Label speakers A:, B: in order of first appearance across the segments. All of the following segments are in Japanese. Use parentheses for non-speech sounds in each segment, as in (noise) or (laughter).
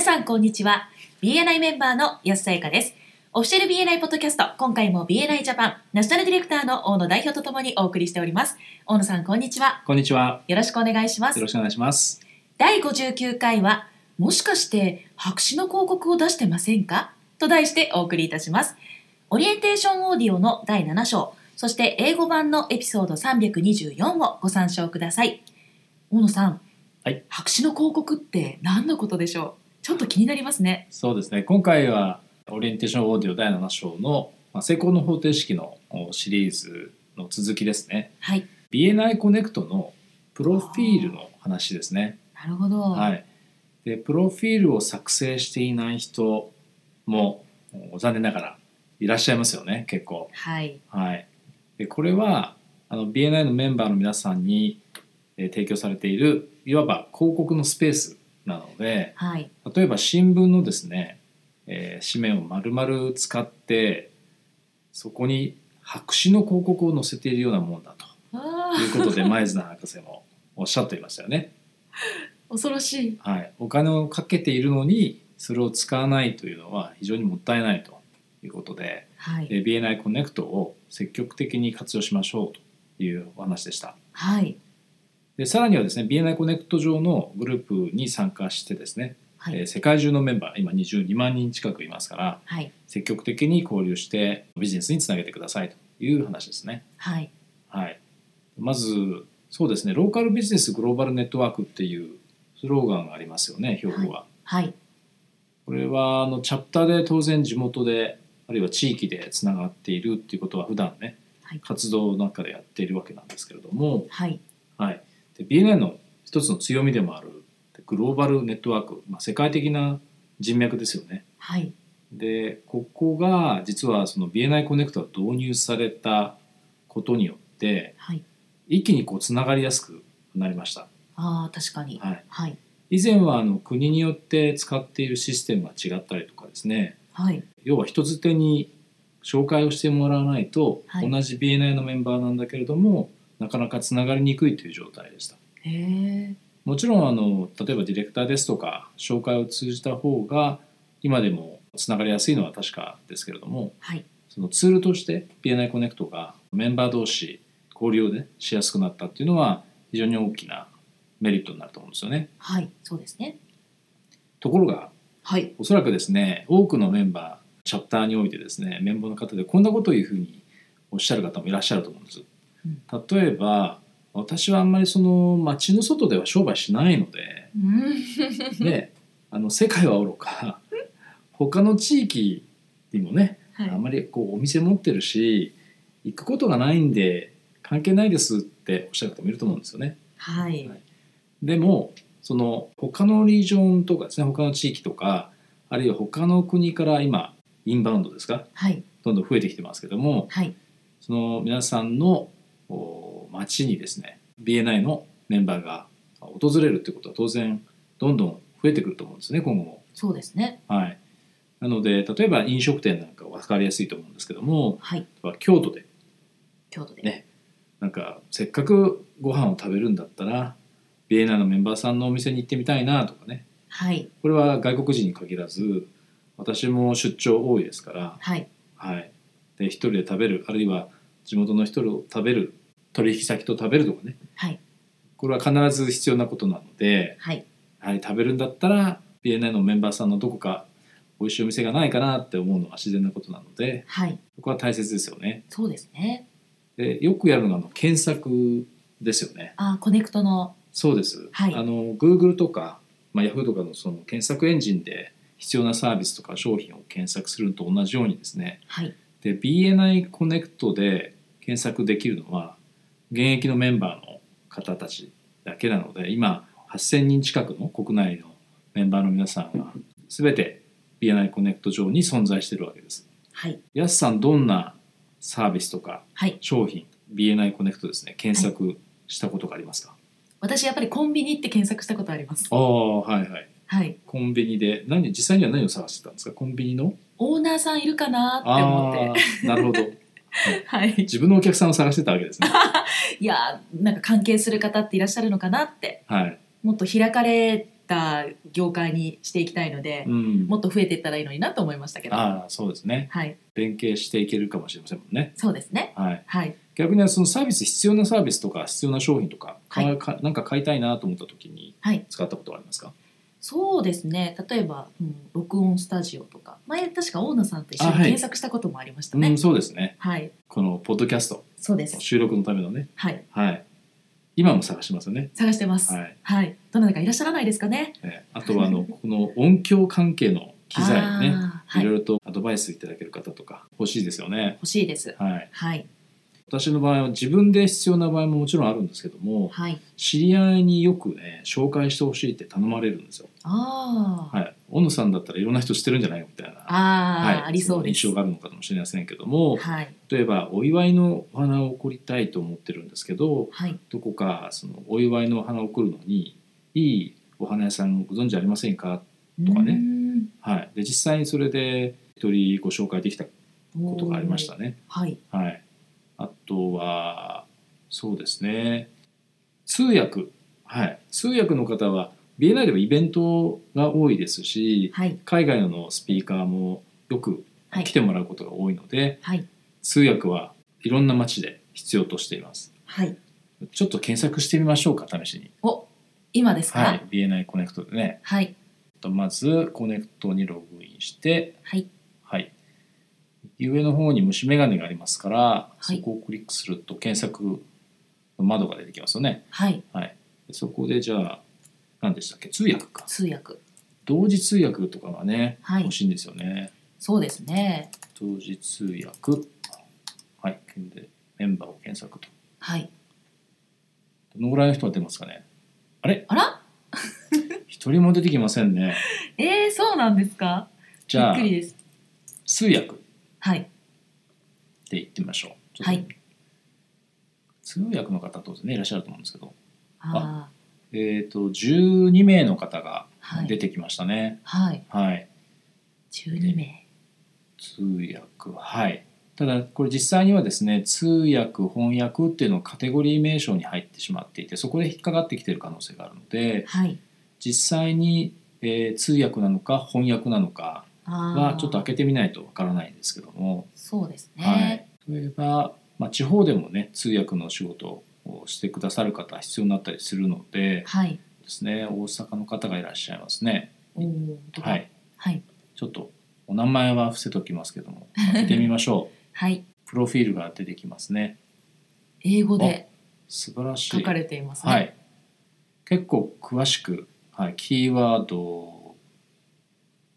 A: さんこんにちは BNI メンバーの安さゆかですオフィシャル BNI ポッドキャスト今回も BNI ジャパンナショナルディレクターの大野代表とともにお送りしております大野さんこんにちは
B: こんにちは。
A: よろしくお願いします
B: よろしくお願いします。
A: 第59回は「もしかして白紙の広告を出してませんか?」と題してお送りいたします。オリエンテーションオーディオの第7章そして英語版のエピソード324をご参照ください。大野さん、
B: はい
A: 白紙の広告って何のことでしょうちょっと気になりますね。
B: そうですね。今回はオリエンテーションオーディオ第7章のまあ成功の方程式のおシリーズの続きですね。
A: はい、
B: BNI コネクトのプロフィールの話ですね。
A: なるほど。
B: はい。で、プロフィールを作成していない人もお残念ながらいらっしゃいますよね。結構。
A: はい、
B: はい、でこれはあの BNI のメンバーの皆さんにえー提供されているいわば広告のスペースなので
A: はい、
B: 例えば新聞のですね、えー紙面を丸々使ってそこに白紙の広告を載せているようなもんだと
A: あ
B: いうこ
A: (laughs)
B: とで前綱博士もおっしゃっていましたよね。
A: ー恐ろしい。
B: はい、お金をかけているのにそれを使わないというのは非常にもったいないということで。
A: はい、
B: えー BNI コネクトを積極的に活用しましょうというお話でした
A: はい、
B: でさらにはですね BNI コネクト上のグループに参加してですね、
A: は
B: え
A: い
B: ー、世界中のメンバー今22万人近くいますから
A: はい、
B: 積極的に交流してビジネスにつなげてくださいという話ですね、
A: はい、
B: はい、まずそうですねローカルビジネスグローバルネットワークっていうスローガンがありますよね標語は、
A: はい、
B: これはあのチャプターで当然地元であるいは地域でつながっているっていうことは普段ね
A: はい、
B: 活動の中でやっているわけなんですけれども、
A: はい、
B: はい、で BNI の一つの強みでもあるグローバルネットワーク、まあ、世界的な人脈ですよね。
A: はい、
B: でここが実はその BNI コネクトが導入されたことによって
A: はい、
B: 一気にこうつながりやすくなりました。
A: ああ、確かに。
B: はい、
A: はい、
B: 以前はあの国によって使っているシステムが違ったりとかですね
A: はい、
B: 要は人づてに紹介をしてもらわないと、
A: はい
B: 同じ BNI のメンバーなんだけれどもなかなかつながりにくいという状態でした
A: へえ、
B: もちろんあの例えばディレクターですとか紹介を通じた方が今でもつながりやすいのは確かですけれども
A: はい、
B: そのツールとして BNI コネクトがメンバー同士交流を、ね、しやすくなったっていうのは非常に大きなメリットになると思うんですよね
A: はい、そうですね。
B: ところが
A: はい、
B: おそらくですね多くのメンバーチャプターにおいてですねメンバーの方でこんなことをいうふうにおっしゃる方もいらっしゃると思うんです、例えば私はあんまりその街の外では商売しないの
A: (laughs)
B: で
A: うん、
B: ねあの世界はおろか他の地域にもね、
A: はい
B: あんまりこうお店持ってるし行くことがないんで関係ないですっておっしゃる方もいると思うんですよね
A: はい
B: は、いでもその他のリージョンとかですね他の地域とかあるいは他の国から今インバウンドですか
A: はい、
B: どんどん増えてきてますけども
A: はい、
B: その皆さんのお街にですね BNI のメンバーが訪れるってことは当然どんどん増えてくると思うんですね今後も。
A: そうですね。
B: はい、なので例えば飲食店なんかは分かりやすいと思うんですけども
A: はい、
B: 京都で
A: 京都で。
B: ねなんかせっかくご飯を食べるんだったら BNI のメンバーさんのお店に行ってみたいなとかね
A: はい、
B: これは外国人に限らず私も出張多いですから、
A: はい、
B: はい、で一人で食べるあるいは地元の人と食べる取引先と食べるとかね
A: はい、
B: これは必ず必要なことなので、
A: はい、
B: はい、食べるんだったら BNI のメンバーさんのどこか美味しいお店がないかなって思うのは自然なことなので
A: はい、
B: ここは大切ですよね。
A: そうですね。
B: でよくやるのがあの検索ですよね。
A: あー、コネクトの、
B: そうです、
A: はい
B: あの Google とか、まあ、Yahoo とかのその検索エンジンで必要なサービスとか商品を検索するのと同じようにですね
A: はい、
B: で BNI コネクトで検索できるのは現役のメンバーの方たちだけなので今8,000人近くの国内のメンバーの皆さんが全て BNI コネクト上に存在してるわけです。
A: はい、
B: やすさんどんなサービスとか
A: はい。
B: 商品 BNI コネクトですね検索したことがありますか、
A: 私やっぱりコンビニって検索したことあります。
B: ああはいはい
A: はい、
B: コンビニで何実際には何を探してたんですかコンビニの
A: オーナーさんいるかなって思
B: あ
A: って。
B: あなる
A: (laughs)
B: ほど
A: はい、
B: 自分のお客さんを探してたわけですね
A: いやーなんか関係する方っていらっしゃるのかなって
B: はい
A: もっと開かれた業界にしていきたいので、
B: うん、
A: もっと増えていったらいいのになと思いましたけど
B: ああそうですね
A: はい
B: 連携していけるかもしれませんもんね、
A: そうですね
B: はい、
A: はい
B: 逆にそのサービス必要なサービスとか必要な商品とか,か、
A: は
B: かなんか買いたいなと思った時に
A: はい
B: 使ったことはありますか
A: そうですね例えば、うん、録音スタジオとか前確か大野さんと一緒に
B: あはい
A: 検索したこともありました
B: う
A: ね
B: ん、そうですね
A: はい
B: このポッドキャスト
A: そうです
B: 収録のためのね
A: はい
B: はい今も探しますよね
A: 探してます
B: は
A: はい、
B: い、
A: どなたかいらっしゃらないですかね
B: えーあとはあのこの音響関係の機材をね
A: あーはいい
B: ろいろとアドバイスいただける方とか欲しいですよね
A: 欲しいです
B: はい
A: はい
B: 私の場合は自分で必要な場合ももちろんあるんですけども
A: はい
B: 知り合いによくね紹介してほしいって頼まれるんですよ
A: あー、
B: はい小野さんだったらいろんな人知ってるんじゃないみたいな
A: あー、
B: はい、
A: ありそうです
B: 印象があるのかもしれませんけども、
A: はい
B: 例えばお祝いのお花を贈りたいと思ってるんですけど
A: はい
B: どこかそのお祝いのお花を贈るのにいいお花屋さんご存知ありませんか、とかね
A: ね
B: はい、で実際にそれで一人ご紹介できたことがありましたね。
A: はい
B: はい、あとはそうですね通訳、はい、通訳の方はビエンナーレはイベントが多いですし
A: はい
B: 海外のスピーカーもよく
A: はい
B: 来てもらうことが多いので、
A: はい
B: 通訳はいろんな町で必要としています
A: はい
B: ちょっと検索してみましょうか試しに
A: お今ですか
B: は
A: はい
B: い BNI コネクトでね
A: はい
B: とまずコネクトにログインして
A: はい、
B: はい右上の方に虫眼鏡がありますから、
A: い
B: そこをクリックすると検索の窓が出てきますよねはいでそこでじゃあ何でしたっけ通訳か
A: 通訳
B: 同時通訳とかがね、
A: はい
B: 欲しいんですよね
A: そうですね
B: 同時通訳はいでメンバーを検索と
A: はい
B: どのぐらいの人が出ますかねあれ
A: あら
B: 一人も出てきませんね
A: えー、そうなんですか
B: じゃあ
A: びっくりです
B: 通訳
A: はい
B: で行ってみましょうちょっと
A: はい
B: 通訳の方当然ねいらっしゃると思うんですけど
A: あ
B: えっ、と12名の方が
A: ーは
B: 出
A: い
B: てきましたね
A: はい
B: はい、
A: 12名
B: 通訳はいただこれ実際にはですね通訳翻訳っていうのをカテゴリー名称に入ってしまっていてそこで引っかかってきてる可能性があるので
A: はい
B: 実際に、えー通訳なのか翻訳なのか
A: あ
B: は
A: ー
B: ちょっと開けてみないとわからないんですけども
A: そうですね、
B: はい、例えば、まあ、地方でもね通訳の仕事をしてくださる方は必要になったりするので
A: はい。
B: ですね大阪の方がいらっしゃいますね。
A: おーとか
B: は。い、
A: はい。
B: ちょっとお名前は伏せときますけども開けてみましょう (laughs)
A: はい。
B: プロフィールが出てきますね
A: 英語で
B: 素晴らしい
A: 書かれていますね。
B: はい、結構詳しく、はい、キーワード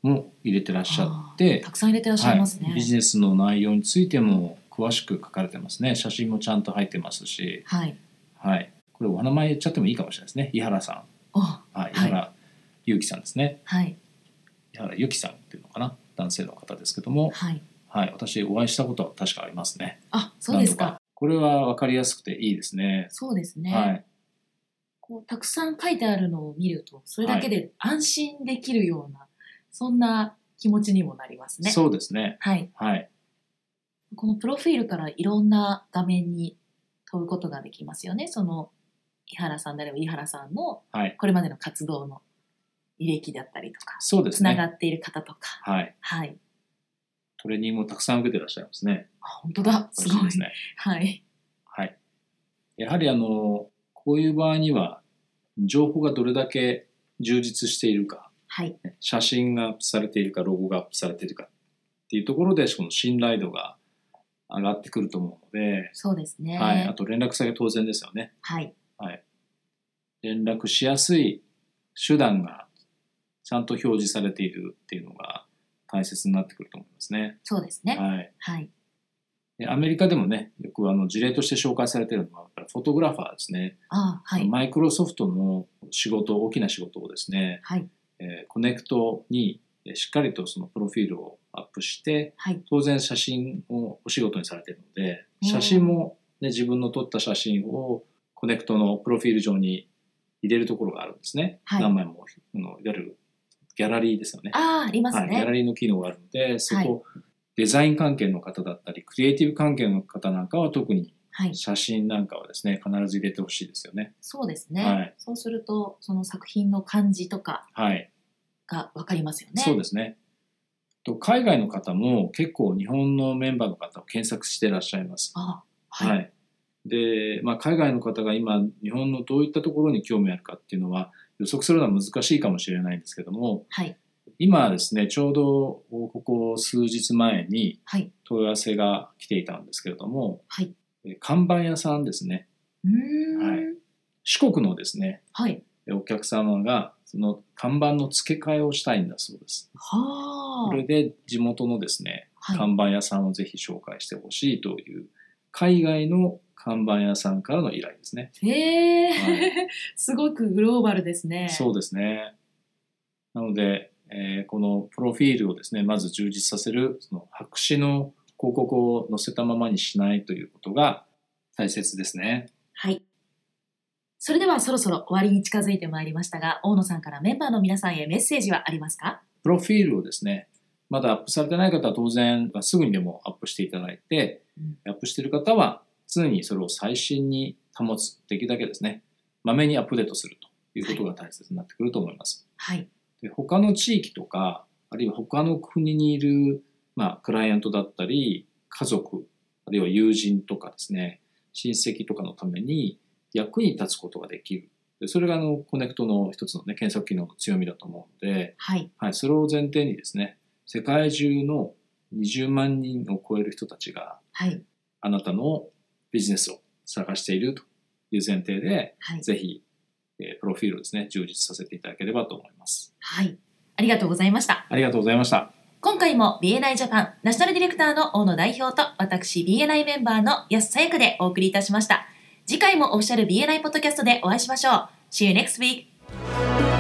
B: も入れてらっしゃって
A: たくさん入れてらっしゃいますね。
B: はい、ビジネスの内容についても詳しく書かれてますね写真もちゃんと入ってますし
A: はい。
B: はい、これお名前言っちゃってもいいかもしれないですね。井原さ
A: あ、
B: ん、はい、井
A: はい
B: 原祐希さんですね。
A: はい。
B: 井原由紀さんっていうのかな、男性の方ですけども、
A: はい。
B: はい、私お会いしたことは確かありますね。
A: あ、そうです
B: 何度
A: か。。
B: これはわかりやすくていいですね。
A: そうですね、
B: はい、
A: こう。たくさん書いてあるのを見ると、それだけで安心できるような、そんな気持ちにもなりますね。
B: そうですね。
A: はい。
B: はい、
A: このプロフィールからいろんな画面に飛ぶことができますよね。その、井原さんであれば井原さんの
B: はい、
A: これまでの活動の履歴だったりとか、
B: そうで
A: つ
B: す
A: なが
B: ね。
A: っている方とか、
B: はい、
A: はい。
B: トレーニングもたくさん受けてらっしゃいますね。
A: あ、本当だ。すごい。
B: 嬉しですね。
A: はい。
B: はい。やはりあのこういう場合には情報がどれだけ充実しているか。
A: はい。
B: 写真がアップされているかロゴがアップされているかっていうところでその信頼度が上がってくると思うので、
A: そうですね。
B: はい、あと連絡先は当然ですよね
A: はい。
B: 連絡しやすい手段がちゃんと表示されているっていうのが大切になってくると思いますね、
A: そうですね。
B: はい、
A: はい。
B: でアメリカでもねよくあの事例として紹介されているのはやっぱりフォトグラファーですね、
A: ああ、はい。
B: マイクロソフトの仕事大きな仕事をですね、
A: はい。
B: えーコネクトにえーしっかりとそのプロフィールをアップして
A: はい。
B: 当然写真をお仕事にされてるので
A: うん
B: 写真も、ね、自分の撮った写真をコネクトのプロフィール上に入れるところがあるんですね、
A: はい
B: 何枚もあのいわゆるギャラリーですよね
A: ああ、あります
B: はい、ギャラ
A: ね。
B: リーの機能があるのでそこ、デザイン関係の方だったりクリエイティブ関係の方なんかは特に
A: はい、
B: 写真なんかはですね必ず入れてほしいですよね。
A: そうですね、
B: はい
A: そうするとその作品の感じとか
B: はい、
A: がわかりますよね。
B: そうですね。と海外の方も結構日本のメンバーの方を検索してらっしゃいます。
A: あはい、
B: はい。で、まあ、海外の方が今日本のどういったところに興味あるかっていうのは予測するのは難しいかもしれないんですけども、
A: はい、
B: 今ですねちょうどここ数日前に
A: はい、
B: 問い合わせが来ていたんですけれども、
A: はい
B: え看板屋さんですね
A: うーん、
B: 四国のですね
A: はい、
B: お客様がその看板の付け替えをしたいんだそうです。
A: は
B: これで地元のですね
A: あ、はい、
B: 看板屋さんをぜひ紹介してほしいという海外の看板屋さんからの依頼ですね。
A: へえ、
B: は
A: (laughs) すごくグローバルですね。
B: そうですね。なので、えーこのプロフィールをですねまず充実させるその白紙の広告を載せたままにしないということが大切ですね。
A: はい。それではそろそろ終わりに近づいてまいりましたが、大野さんからメンバーの皆さんへメッセージはありますか
B: プロフィールをですね、まだアップされてない方は当然すぐにでもアップしていただいて、アップしている方は常にそれを最新に保つ、できるだけですね、まめにアップデートするということが大切になってくると思います。
A: はい。
B: で他の地域とか、あるいは他の国にいる、まあ、クライアントだったり、家族、あるいは友人とかですね、親戚とかのために役に立つことができる。でそれがあのコネクトの一つの、ね、検索機能の強みだと思うので、
A: はい。
B: はい、それを前提にですね世界中の20万人を超える人たちが
A: はい。
B: あなたのビジネスを探しているという前提で
A: はい。
B: ぜひ、えープロフィールをですね充実させていただければと思います
A: はい。ありがとうございました。
B: ありがとうございました
A: 今回も BNI ジャパンナショナルディレクターの大野代表と私 BNI メンバーの安さやかでお送りいたしました。次回もオフィシャル BNI ポッドキャストでお会いしましょう。See you next week!